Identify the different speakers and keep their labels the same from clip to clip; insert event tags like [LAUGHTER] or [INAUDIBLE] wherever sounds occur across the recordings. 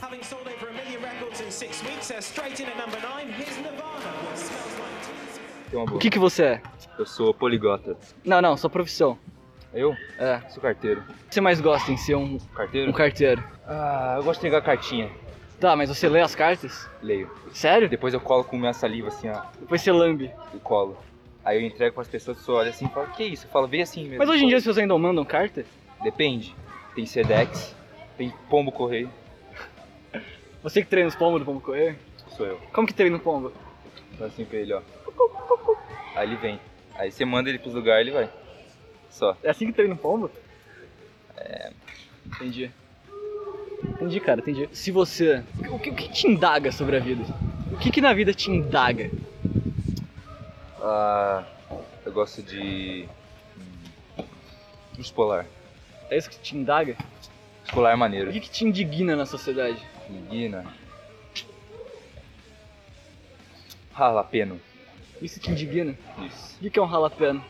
Speaker 1: having sold over a million records in six weeks, they're straight in at number nine. Here's Nirvana. What smells like teen spirit.
Speaker 2: Tem uma
Speaker 3: O
Speaker 2: boa.
Speaker 3: que que você é?
Speaker 2: Eu sou poliglota.
Speaker 3: Não, não, sua profissão.
Speaker 2: Eu?
Speaker 3: É.
Speaker 2: Sou carteiro.
Speaker 3: O que você mais gosta em ser um,
Speaker 2: Carteiro?
Speaker 3: um carteiro?
Speaker 2: Ah, eu gosto de entregar cartinha.
Speaker 3: Tá, mas você lê as cartas?
Speaker 2: Leio.
Speaker 3: Sério?
Speaker 2: Depois eu colo com minha saliva assim, ó.
Speaker 3: Depois você lambe.
Speaker 2: E colo. Aí eu entrego pras pessoas, pessoas olham assim e falam, que isso? Eu falo, bem assim mesmo.
Speaker 3: Mas hoje em dia as pessoas ainda um mandam carta?
Speaker 2: Depende. Tem Sedex, tem Pombo Correio.
Speaker 3: Você que treina os pombos do pombo correr?
Speaker 2: Sou eu.
Speaker 3: Como que treina o pombo?
Speaker 2: Fala assim pra ele, ó. Aí ele vem. Aí você manda ele pros lugares, ele vai. Só.
Speaker 3: É assim que treina um pombo? É. Entendi. Entendi, cara, entendi. Se você. O que, o que te indaga sobre a vida? O que, que na vida te indaga?
Speaker 2: Ah, eu gosto de... hum, Urso polar.
Speaker 3: É isso que te indaga?
Speaker 2: Urso polar é
Speaker 3: O
Speaker 2: maneiro.
Speaker 3: que, que te indigna na sociedade?
Speaker 2: Menina. Jalapeno.
Speaker 3: Isso te indigna?
Speaker 2: Isso.
Speaker 3: O que, que é um jalapeno?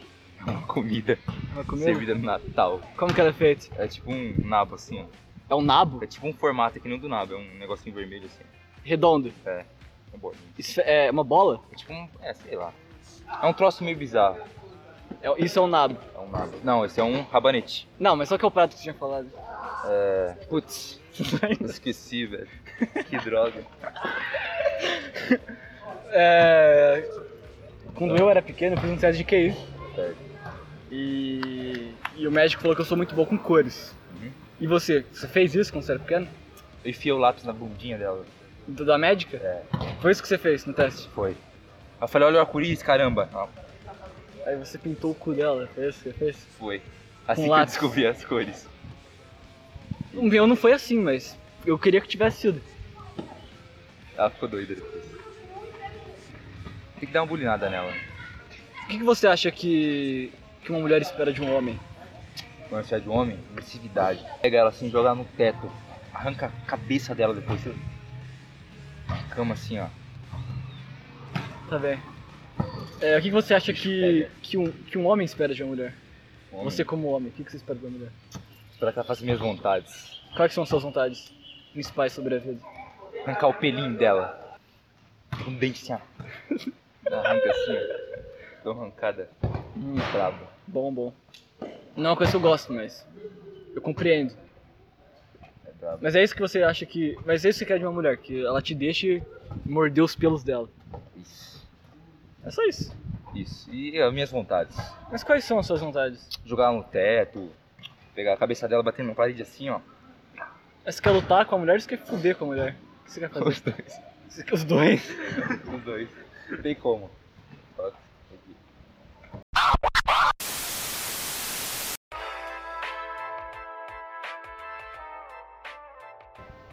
Speaker 2: É uma comida
Speaker 3: Uma comida?
Speaker 2: servida no Natal.
Speaker 3: Como que ela é feito?
Speaker 2: É tipo um nabo assim, ó.
Speaker 3: É um nabo?
Speaker 2: É tipo um formato aqui não do nabo, é um negocinho vermelho assim.
Speaker 3: Redondo?
Speaker 2: É bom.
Speaker 3: Isso é uma bola?
Speaker 2: É tipo um. É, sei lá. É um troço meio bizarro.
Speaker 3: É- isso é um nabo.
Speaker 2: É um nabo. Não, esse é um rabanete.
Speaker 3: Não, mas só que é o prato que você tinha falado.
Speaker 2: É.
Speaker 3: [LAUGHS]
Speaker 2: Putz. eu Esqueci, velho. Que droga.
Speaker 3: É... Quando eu era pequeno, eu fiz um teste de QI.
Speaker 2: Certo.
Speaker 3: E... e o médico falou que eu sou muito bom com cores.
Speaker 2: Uhum.
Speaker 3: E você? Você fez isso quando você era pequeno?
Speaker 2: Eu enfiei o lápis na bundinha dela.
Speaker 3: Da da médica?
Speaker 2: É.
Speaker 3: Foi isso que você fez no teste?
Speaker 2: Foi. Eu falei, olha o arco-íris, caramba. Ah,
Speaker 3: Aí você pintou o cu dela, foi isso que você fez?
Speaker 2: foi. Assim
Speaker 3: Com
Speaker 2: que eu
Speaker 3: lápis.
Speaker 2: descobri as cores.
Speaker 3: O meu não foi assim, mas eu queria que tivesse sido.
Speaker 2: Ela ficou doida depois. Tem que dar uma bulinada nela.
Speaker 3: O que, que você acha que... que uma mulher espera de um homem?
Speaker 2: Quando você é de homem, agressividade. Pega ela assim, joga ela no teto. Arranca a cabeça dela depois. Você... Na cama assim, ó.
Speaker 3: Tá bem. É, o que, que você acha que, que, um, que um homem espera de uma mulher?
Speaker 2: Homem,
Speaker 3: Você como homem, o que, que você espera de uma mulher?
Speaker 2: Espera que ela faça minhas vontades.
Speaker 3: Quais que são as suas vontades principais sobre a vida?
Speaker 2: Arrancar o pelinho dela. Um dente assim, ó. Ela Arranca assim, ó. Dou uma arrancada é
Speaker 3: Hum,
Speaker 2: brabo.
Speaker 3: bom, bom. Não é uma coisa que eu gosto, mas eu compreendo.
Speaker 2: É brabo.
Speaker 3: Mas é isso que você acha que... Mas é isso que você quer de uma mulher, que ela te deixe morder os pelos dela.
Speaker 2: Isso.
Speaker 3: É só isso.
Speaker 2: Isso. E as minhas vontades.
Speaker 3: Mas quais são as suas vontades?
Speaker 2: Jogar ela no teto. Pegar a cabeça dela, bater na parede assim, ó.
Speaker 3: Você quer lutar com a mulher ou você quer fuder com a mulher? O que você quer fazer?
Speaker 2: Os dois.
Speaker 3: Você quer [LAUGHS] os dois?
Speaker 2: Os dois. Não tem como. Ó, aqui.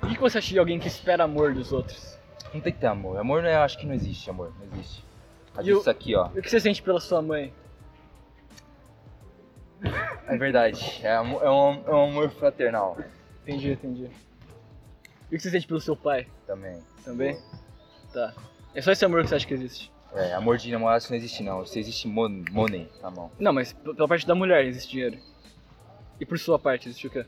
Speaker 3: O que que você acha de alguém que espera amor dos outros?
Speaker 2: Não tem que ter amor. Amor não é, eu acho que não existe, amor. Não existe. Mas
Speaker 3: E o-
Speaker 2: isso aqui, ó.
Speaker 3: E O que você sente pela sua mãe?
Speaker 2: É verdade. É, amo- é um, é um amor fraternal
Speaker 3: Entendi, entendi. É. E o que você sente pelo seu pai?
Speaker 2: também.
Speaker 3: Também? Tá. É só esse amor que você acha que existe.
Speaker 2: É, amor de namorado isso não existe não. Isso existe mon- money na mão.
Speaker 3: Não, mas p- pela parte da mulher existe dinheiro. E por sua parte existe o quê?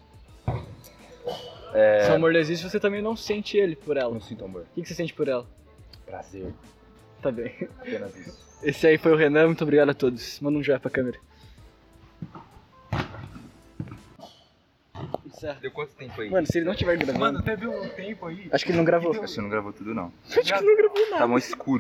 Speaker 2: É.
Speaker 4: é
Speaker 3: Se o amor não existe, você também não sente ele por
Speaker 2: Eu
Speaker 3: ela.
Speaker 2: não sinto amor.
Speaker 3: O que que você sente por ela?
Speaker 2: Prazer.
Speaker 3: Tá bem. [LAUGHS]
Speaker 2: Apenas isso.
Speaker 3: Esse aí foi o Renan, muito obrigado a todos. Manda um joia pra câmera. Encerra.
Speaker 2: Deu quanto tempo aí?
Speaker 3: Mano, se ele não tiver gravando.
Speaker 4: Mano, teve um tempo aí.
Speaker 3: acho que ele não gravou.
Speaker 2: Você não gravou tudo não.
Speaker 3: Acho que ele não gravou nada.
Speaker 2: Tá mó escuro.